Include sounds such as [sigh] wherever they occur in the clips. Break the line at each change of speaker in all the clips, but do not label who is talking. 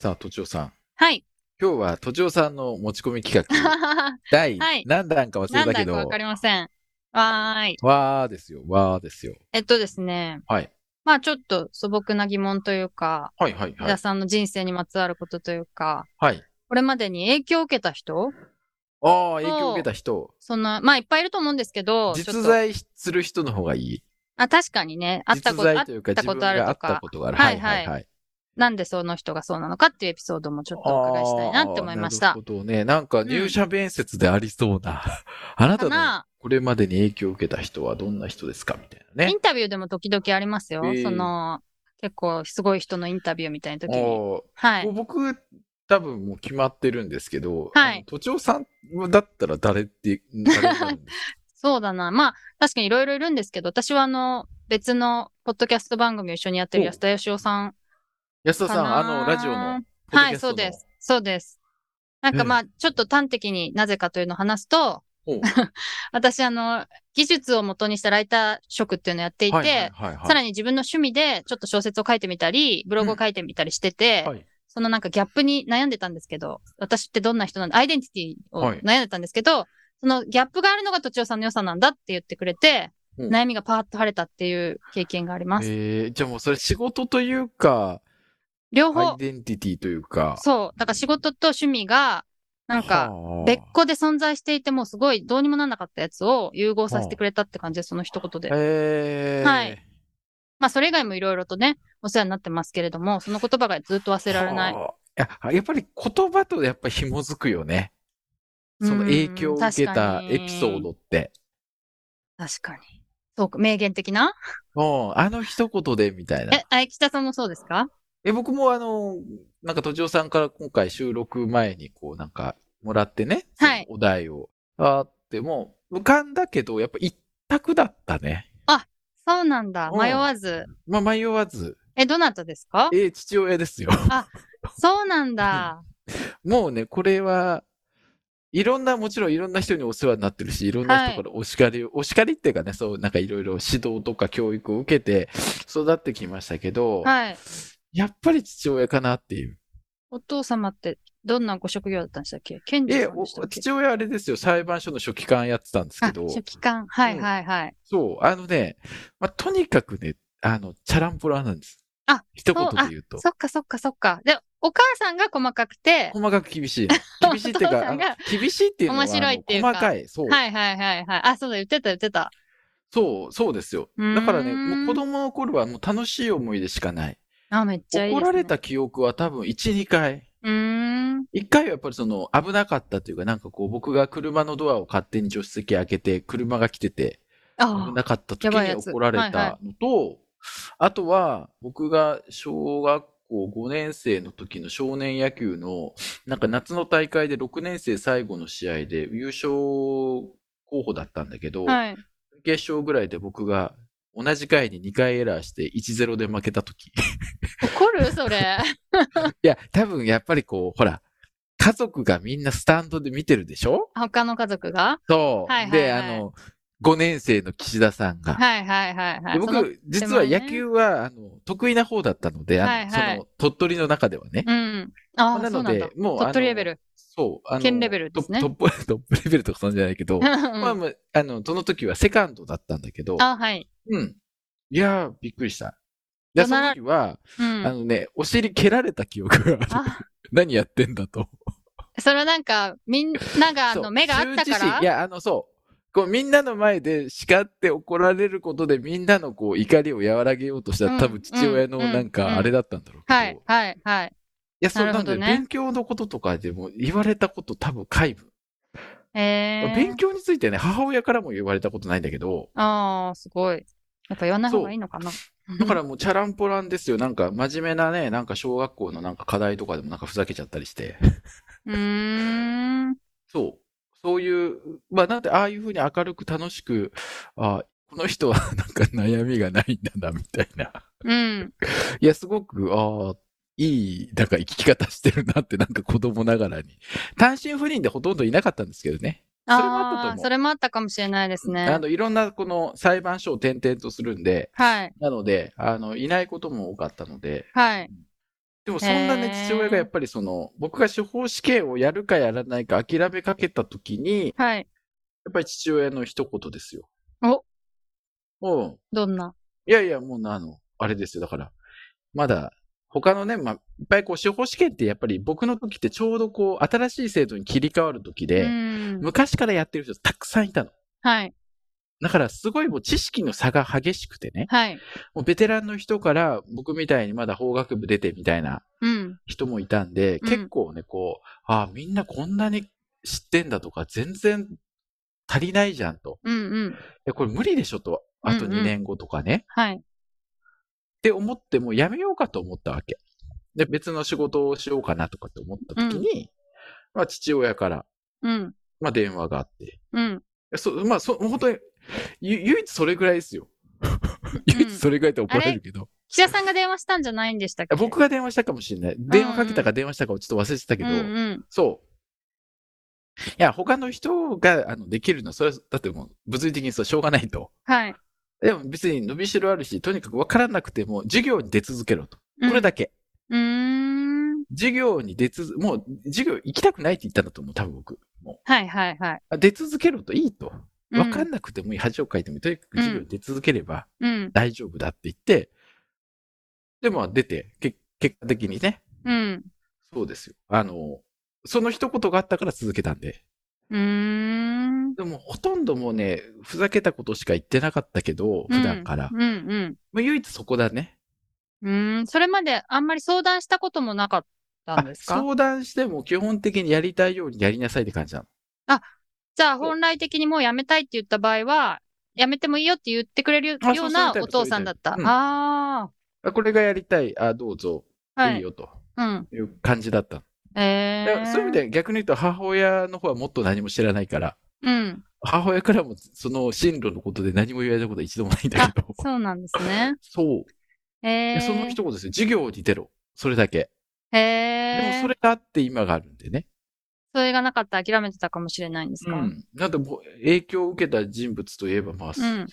さあ、都庁さん。
[laughs] はい
今日は都庁さんの持ち込み企 [laughs] 画、
何
第
はい
何弾か忘れたけ
だ
ど、
かわかりませんわーい
わーですよ、わーですよ。
えっとですね
はい。
まあちょっと素朴な疑問というか
はい、はい、
木
は
田
い。
さんの人生にまつわることというか
はい。
これまでに影響を受けた人
ああ、影響を受けた人、
そんな、まあいっぱいいると思うんですけど、ちょっ
実
と
在する人の方がいい。
あ、確かにね、あった
実
こと、あ
在
っ
というか、
た
自
こ
分
とある
があっ
と
た
か、
ことがある。
は
はいい、
はい
はい、はい。
なんでその人がそうなのかっていうエピソードもちょっとお伺いしたいなって思いまし
あ
た
ーなる。ほどね。なんか入社面接でありそう [laughs] な、あなたの
かな、
これまでに影響を受けた人はどんな人ですかみたいな
イ
ね。
ンタビューでも時々ありますよ。
えー
その、結構すごい人のインタビューみたいな時に。
おー
はい。
もう僕、多分もう決まってるんですけど、
はい
あの都庁さんだったら誰って、誰になるんですか [laughs]
そうだな。まあ、確かにいろいろいるんですけど、私はあの、別のポッドキャスト番組を一緒にやってる安田義雄さん
安田
かな。
さん、あの、ラジオの、ポッド
は
キ
い、
ャスト
そ
の
うです。。そうです。なんか
うん
まあ、ちょっと端的になぜかというのを話すと、
おう
私、あの、技術を元にしたライター職っていうのをやっていて、
はいはいはいはい
さらに自分の趣味でちょっと小説を書いてみたり、ブログを書いてみたりしてて、
はい
そのなんかギャップに悩んでたんですけど、私ってどんな人なんだ、アイデンティティを
はい
悩んでたんですけど、そのギャップがあるのがとちおさんの良さなんだって言ってくれて、
うん
悩みがパーッと晴れたっていう経験があります。
えー、じゃあもうそれ仕事というか、
両
アイ
方、
デンティティというか、
そう、だから仕事と趣味が、なんか、
はあ
別個で存在していてもうすごいどうにもなんなかったやつを融合させてくれたって感じで、その一言で。
えー、
はいまあ、それ以外もいろいろとね、お世話になってますけれども、その言葉がずっと忘れられない。
はあ。いや、やっぱり言葉とやっぱり紐づくよね。その影響を受けたエピソードって。
確かに。そうか、名言的な
うん、あの一言でみたいな。
え、あ、北さんもそうですか
え、僕もあの、なんか、とちおさんから今回収録前に、こう、なんか、もらってね、
はい
そのお題を。あーっても、浮かんだけど、やっぱ一択だったね。
そうなんだ。
うん
迷わず。
まあ、迷わず。
え、どなたですか
えー父親ですよ。 [laughs]
そうなんだ。
もうね、これは、いろんな、もちろんいろんな人にお世話になってるし、いろんな人からお叱りを、お叱りっていうかね、そう、なんかいろいろ指導とか教育を受けて育ってきましたけど、
はい。
やっぱり父親かなっていう。
お父様ってどんなご職業だったんでしたっけ検事
え、
さん
お
でしたっけ
父親あれですよ、裁判所の書記官やってたんです
あ、
けど、
書記官。はいはいはい。
そう、あのね、まあ、とにかくね、あの、チャランポランなんです。
あ、
一言で言うと。
そっかそっかそっか。で、お母さんが細かくて、
細かく厳
[laughs]
しいの。厳しいっていう
お父
か、
さ
あ
ん
の
が
厳しいっていうのは、
面白いっていうか
あの細かい。そう、
はいはいはいはい。あ、そうだ、言ってた言ってた。
そう、そうですよ。
うーん
だからね、もう子供の頃はもう楽しい思い出しかない。
あ、めっちゃいいです、
怒ら
ね。
れ。た記憶は多分1、2回。
うーん。
1回はやっぱりその危なかったというか、なんかこう僕が車のドアを勝手に助手席開けて、車が来てて、
あ
なかった時
やばいや
に
つ
怒られ
はい
た
は
のと、あとは僕が小学校5年生の時の少年野球の、なんか夏の大会で6年生最後の試合で優勝候補だったんだけど、
あ。はい。
準決勝ぐらいで僕が同じ回に2回エラーして1-0で負けた
[laughs]
時。い
怒るそれ。 [laughs]
や、多分やっぱりこう、ほら、家族がみんなスタンドで見てるでしょ
他の家族が
そう。
はいはいはい
で、あの、5年生の岸田さんが、
はいはいはいはい。
で
その
僕、実は野球は、あの、得意な方だったので、あの、
はいはい
その、鳥取の中ではね。
うん。ああ、
な
そ
の
うなん
で
だ。、
もう、
鳥取
あの
レベ。ル。
そう、あの、
県レベルですね
トップ、トップ [laughs] トップレベルとかそんじゃないけど、まあ
あ
まあ、あの、その時はセカンドだったんだけど、
あ、はい。
うん。いやー、びっくりした。で、
怒
そ
鳴ら
の時は、
う
あ
ん。
のね、お尻蹴られた記憶がある。
あ、
[laughs] 何やってんだと。
それはなんか、みんなが、あ
そ
の、
う
目があった
羞恥
か
心い
ら。
や、あの、そう。こう、みんなの前で叱って怒られることで、みんなのこう、怒りを和らげようとした
う
ら、
ん
多分父親の
うん
なん
うん
か、あれだったんだろうけど。
はい、はい、はい。
いや、そう
な
な
るほ
の
ど
で、
ね
勉強のこととかでも言われたこと多分皆無。
ええ
勉。強についてね、母親からも言われたことないんだけど、
ああ、すごい。やっぱ言わない方がいいのかな。
だからもうチャランポランですよ。なんか真面目なね、なんか小学校のなんか課題とかでもなんかふざけちゃったり
[laughs]
して。
[laughs] うーん。
そう。そういう、まあなんでああいうふうに明るく楽しく、あこの人はなんか悩みがないんだな、みたいな。
うん。
いや、すごく、ああ、いい、なんか生き方してるなって、なんか子供ながらに。単身赴任でほとんどいなかったんですけどね。それもあったと
ああ
思
ー、
う
それもあったかもしれないです
あ
ね。
の、いろんなこの裁判所を転々とするんで、
はい。
なので、あの、いないことも多かったので、
はい。
でもそんなね、
へー
父親がやっぱりその、僕が司法試験をやるかやらないか諦めかけた時に、や
はい。
っぱり父親の一言ですよ。
お
うん。
どんな。
いやいや、もうな、あの、あれですよ。だから、まだ、他のね、まあ、いっぱいこう、司法試験ってやっぱり僕の時ってちょうどこう、新しい制度に切り替わる時
う
で、
ん。
昔からやってる人たくさんいたの。
はい。
だからすごいもう知識の差が激しくてね、
はい。
もうベテランの人から僕みたいにまだ法学部出てみたいな
うん。
人もいたんで、
うん
結構ね、こう、ああ、みんなこんなに知ってんだとか、全然足りないじゃんと。
うんうん。
いや、これ無理でしょと、あと
うんうん
2年後とかね。
はい。
って思ってもうやめようかと思ったわけ。で、別の仕事をしようかなとかって思った時に、まあ父親から、
うん。
まあ電話があって。い
うん。
やそまあそ、本当に、ゆ唯一それぐらい
[laughs]
ですよ。唯一それぐらいって怒られるけど。い
岸田さんが電話したんじゃないんでしたっけ
や僕が電話したかもしれない。電話かけたか電話したかをちょっと忘れてたけ
うん
ど、
うん。
そう。いや、他の人があのできるのは、それは、だってもう、物理的にそうしょうがないと。
はい。
でも別に伸びしろあるし、とにかく分からなくても、授業に出続けろと。これだけ。
うーん。
授業に出続、もう授業行きたくないって言ったんだと思う、多分僕。もう
はいはいはい。
あ出続けろといいと。
う
わかんなくてもいい、恥をかいてもいい、とにかく授業に出続ければ
うん。
大丈夫だって言って、で、まあ出て、け結果的にね、
うん。
そうですよ。あの、その一言があったから続けたんで。
うーん。
でもほとんどもうね、ふざけたことしか言ってなかったけど、普段から。
うんうん
まあ唯一そこだね。
うん。うーん。それまであんまり相談したこともなかったんです
あ
か
相談しても基本的にやりたいようにやりなさいって感じなの。
じゃあ本来的にもう辞めたいって言った場合は、辞めてもいいよって言ってくれる
あ
よ
そううそう
な
いうタイプ
お父さんだった。
そういう
あ
あこれがやりたい、あどうぞ、
あ。はい
い
い。
よと
うん。
いう感じだったの
え
い
え
やそういう意味では逆に言うと母親の方はもっと何も知らないから、
うん。
母親からもその進路のことで何も言われたことは一度もないんだけど。
そうなんですね。
そう。い
ええ
やその一言ですよ。授業に出ろ。それだけ。
へ
でも
え
それがあって今があるんでね。
それがなかったら諦めてたかもしれないんです
う
か、
ん。なんでもう影響を受けた人物といえばまあ、
うん。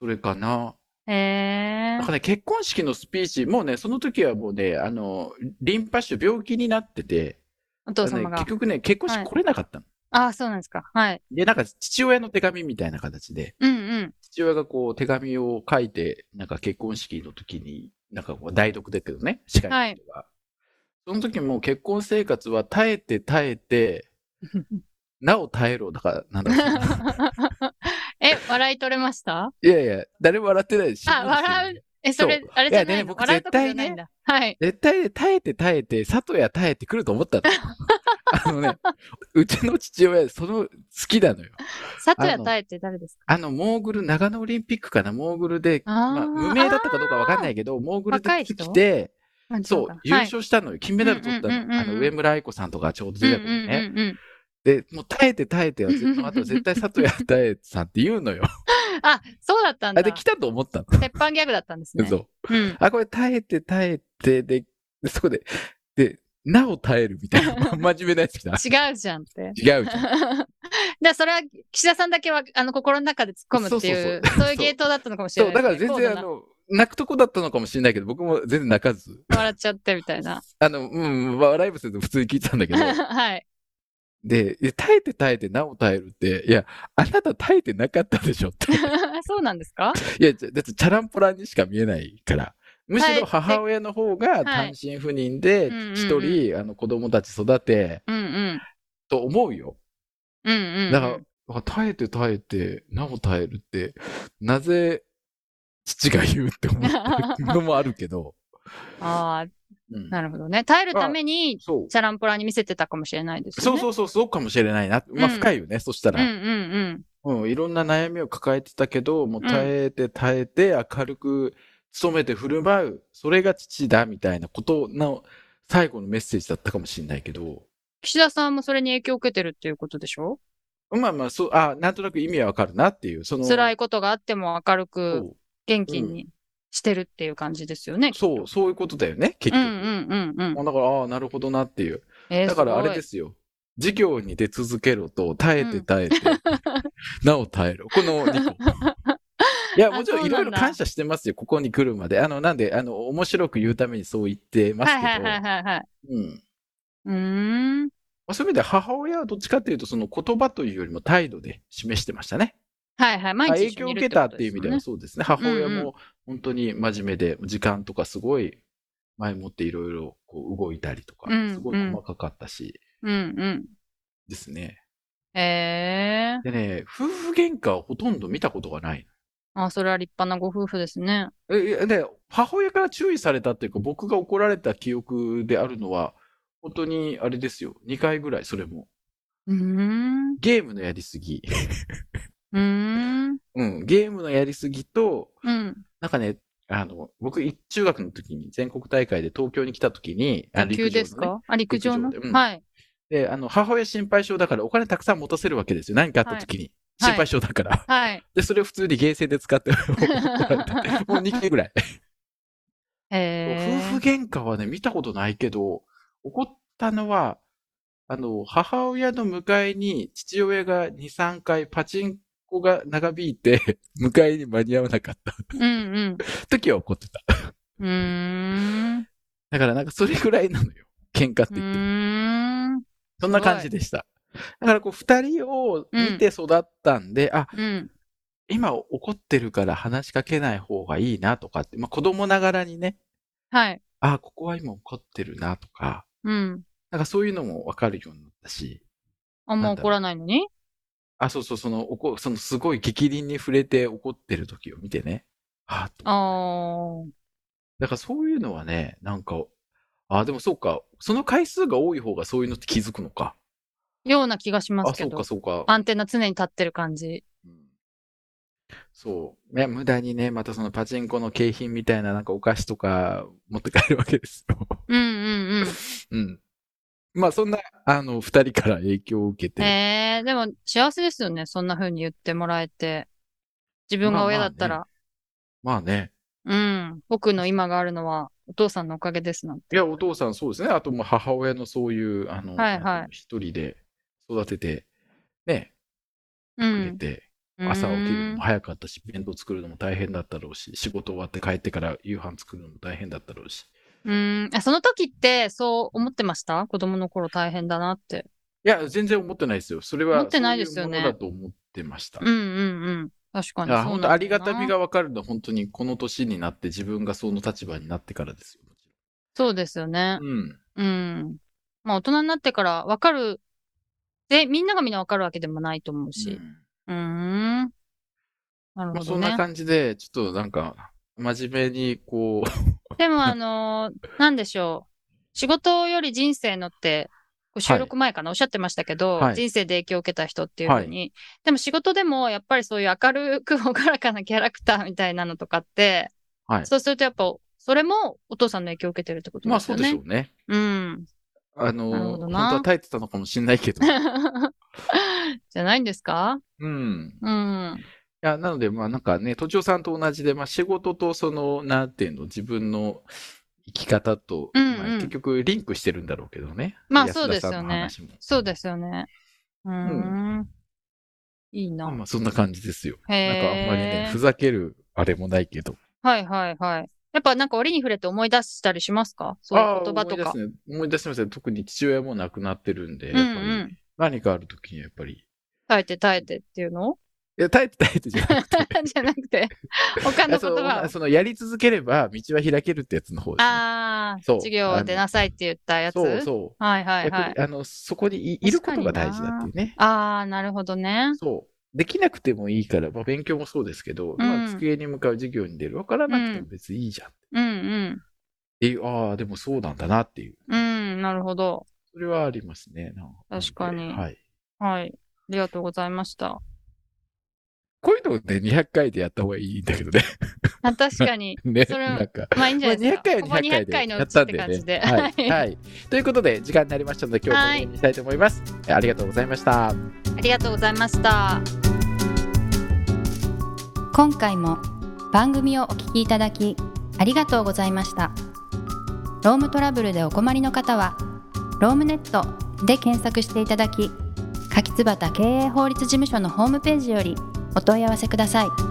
それかな。
へえ
なんかね、結婚式のスピーチ、もうね、その時はもうね、あの、リンパ腫病気になってて、
お父様
あのね
が
結。局ね、結婚
はい
式来れなかったの。
ああ、そうなんですか。はい。
で、なんか父親の手紙みたいな形で、
うんうん。
父親がこう手紙を書いて、なんか結婚式の時に、なんかこう代読だけどね、司会の人が。その時も結婚生活は耐えて耐え
[laughs]
て、なお耐えろ、だから、なんだろう
え、笑い取れました
いやいや、誰も笑ってないし。
[laughs] あ、笑う。え、それ
そう、
あれじゃない
いや
の
ね僕
笑うとこじゃないんだ。はい。
絶対耐えて耐えて、里谷耐えてくると思った
[laughs]
の。あのね、うちの父親、その、好きなのよ。
佐藤谷耐えって誰ですか
あの、モーグル、長野オリンピックかな、モーグルで、
あー
まあ、無名だったかどうかわかんないけど、モーグルで
若い人
来て、
あー
そう
なん、てい
優
のか
勝したのよ。金メダル取った
うんうんうんうんうん
の。あの、上村愛子さんとかちょうど
はい
出た時にね。
うんうんうんうん
で、もう耐えて耐えては、絶対あと絶対佐藤谷耐えさんって言う
[laughs]
のよ。
あ、そうだったん
あ、
だ。
で、来たと思った
鉄板ギャグだったんです
の。
ね。
そう。
うん。
あ、これ耐えて耐えて、で、でそこで、で、なお耐えるみたいな。
[laughs]
ま真面目なやつ来た。
違うじゃんって。 [laughs]
違うじゃん。
だそれは岸田さんだけはあの心の中で突っ込むっていう、
そうそうそう
そういうゲートだったのかもしれ
[laughs] そ
な
う、
い
だ
ですね、
から全然あの、泣くとこだったのかもしれないけど、僕も全然泣かず。
高度な笑っちゃってみたいな。
あの、うん、まあ、ライブすると普通に聞いてたんだけ
[laughs]
ど。
はい。
で、いや耐えて耐えて、なお耐えるって、いや、あなた耐えてなかったでしょって。
[laughs] そうなんですか
いや、じゃだってチャランポランにしか見えないから。むし
はい
ろ母親の方が単身赴任で
うんうんうん
一人、あの子供たち育て
うんうん。
と思うよ。
うんうんうん。
だから、あ耐えて耐えて、なお耐えるって、なぜ父が言うって思うのもあるけど。
ああ、
うん
[laughs] なるほどね。耐えるために、
そう。
チャランポラに見せてたかもしれないです
そ
よ
う
ね。う
そうそう、そうかもしれないな。まあ
うん
深いよね、そした
ん
ら、
うん
うん。いろんな悩みを抱えてたけど、もう耐えて耐えて明るく努めて振る舞う、それが父だ、みたいなことの最後のメッセージだったかもしれないけど、
岸田さんもそれに影響を受けてるっていうことでしょ
まあまあ、そう、あ、なんとなく意味はわかるなっていう、その、
辛いことがあっても明る
そ
く
う
元気にしてるっていう感じですよね。
そう、そういうことだよね、結
うんう
局。
んうんうん。
だから、ああ、なるほどなっていう。
えー
だからあれですすよ。授業に出続けろと、耐えて耐え
[laughs]
て、なお耐えろ。この2個。いや、もちろん
あそ
い
うなんだ
ろいろ感謝してますよ、ここに来るまで。あの、なんで、あの、面白く言うためにそう言って
ご
ま
い
す
はいは
け
い
ど、
はいはいはい。
うん。
うーん。
まあ、そういう意味では母親はどっちかというと、その言葉というよりも態度で示してましたね。
はいはい。毎
まあ
日
影
一
響
緒
を
に
受
る
けたっていう意味で
こと
は
です
そうですね。母親
うんう
も本当に真面目で、時間とかすごい前もっていろいろこう動いたりとか
うん、
すごい細かかったし、
もんね。うんうん。
ですね。
ええ
でね、夫婦喧嘩をほとんど見たことがない。
あ、それは立派なご夫婦ですね。
え、えで、母親から注意されたっていうか、僕が怒られた記憶であるのは、本当にあれですよ。2回ぐらい、それも。
うーん。う
ゲームのやりすぎ。
ーん。
うん、ゲームのやりすぎと、
うん。
なんかね、あの、僕、い中学の時に全国大会で東京に来た時に、あ
野球です
のね
かあ、陸上の
陸上でうん
はい。
で、あの、母親心配性だからお金たくさん持たせるわけですよ。何かあった時に。
はい
心配性だから。
はい。
で、それを普通にゲーセンで使って [laughs] 怒られてもう2回ぐらい。
え
夫婦喧嘩はね、見たことないけど、怒ったのは、あの、母親の迎えに父親が2、3回パチンコが長引いて、 [laughs] 迎えに間に合わなかった
えうん
時は怒ってた。
うん。うーん。
だからなんかそれぐらいなのよ。喧嘩って
う
言っても。
ーん。
そんな感じでした。だからこう、二人を見て育ったんで、あ、
うん。
今怒ってるから話しかけない方がいいなとかって、まあ子供ながらにね、
はい。
あ、ここは今怒ってるなとか、
うん。
なんかそういうのもわかるようになったし、
あんま
なんだろう
怒らないのに
あ、そうそう、その、おこ、そのすごい激鱗に触れて怒ってる時を見てね。はぁと。
あー。
だからそういうのはね、なんか、あ、でもそうか、その回数が多い方がそういうのって気づくのか。
ような気がしま
あ、
すけ
そう
ど
か、。そうか。
アンテナ常に立ってる感じ。
うんそう。ね、無駄にね、またそのパチンコの景品みたいななんかお菓子とか持って帰るわけですよ。
うんうん
うん。まあそんな、あの、二人から影響を受け
うん。
て、
ええでも幸せですよね。そんな風に言ってもらえて。自分が親だったら、
まあね、
うん。僕の今があるのはお父さんのおかげですなんて。
いや、お父さんそうですね。あと、まあ、母親のそういう、あの、
はいはい
なんてうの一人で育てて、ね、
う
くれ
ん。
て、
うーん
朝起きるのも早かったし、弁当作るのも大変だったろうし、仕事終わって帰ってから夕飯作るのも大変だったろうし。
うーん。あその時ってそう思ってました子供の頃大変だなって。
いや、全然思ってないですよ。それは、
思ってないですよね
そういうものだと思ってました。
うんうんうん。確かに
いや、
そう
本
だ
当ありがたみ。がわかるのは、本当にこの年になって、自分がその立場になってからですよ。
そうですよね。
うん。
うん。まあ大人になってから分かる。で、みんながみんな分かるわけでもないと思う
う
し。
ん
うーん。なる
ま
ほ
あ、そ
ど
んな
ね。
感じで、ちょっとなんか、真面目に、こう、
でもあのーなんでしょう。仕事より人生のって、こ
は
う
い
収録前かな、おっしゃってましたけど、
はい
人生で影響を受けた人っていうふうに。でも仕事でもやっぱりそういう明るく朗らかなキャラクターみたいなのとかって、
はい
そうするとやっぱ、それもお父さんの影響を受けてるってこと
ま
で
あ
す
そう
よ
でし
ね。
ょうね。
うん。 [laughs]
あ
なるほ
の、
ど
本当
な
は耐えてたのかもしれない
[laughs]
けど。
じゃないんですか
うん。い
うん。
や、なので、まあなんかね、都庁さんと同じで、まあ仕事とその、なんていうの、自分の生き方と、
うんうん
まあ結局リンクしてるんだろうけどね。
まあ
安田
そうですよね
さんの話も
そうですよね。うーん。いい
まあ
な。
まあそんな感じですよ。
へ
なんかあんまりね、ふざけるあれもないけど。
はいはいはい。やっぱなんか折に触れて思い出したりしますかそういう言葉と
ああ
か。
思い出すね。思い出しましたね。特に父親も亡くなってるんで、
うんう
やっぱり
ん。
何かあるときにやっぱり、
耐えて耐えてっていうの
いや、耐えて耐えてじゃなく
[laughs]
て
じゃなくて、他
いや
の
そ
言
の
葉を。
その、やり続ければ道は開けるってやつの方ですね。
ああ、
そう
授業を出なさいって言ったやつ
そうそう。
はいはいは
やっぱ
い。
りあの、そこにいいることが大事だっていうね。
ああ、なるほどね。
そう。できなくてもいいから、まあ、勉強もそうですけど、まあ、机に向かう授業に出る。わからなくても別にいいじゃん。っ
うん
ていう、ああ、でもそうなんだなっていう。
うん。うん、なるほど。
それはありますね。なん
確かに
はい。
はい。ありがとうございました。 [laughs]
こういうのをね、200回でやった方がいいんだけどね。
あ確
[laughs]
かに。
ね、
それ
なんか。
まあいいんじゃ
まあ、
ないで
200
すか。
回より
ここ
100
200
回
回
で
の
や
う
っ
ち
た
っ
ん
て
で
感じ
ね。
で。
はい。
[laughs]
はい。ということで、時間になりましたので、今日も終わりにしたいと思います。えありがとうございました。
ありがとうございました。
今回も番組をお聞きいただきありがとうございましたロームトラブルでお困りの方は「ロームネット」で検索していただき柿椿経営法律事務所のホームページよりお問い合わせください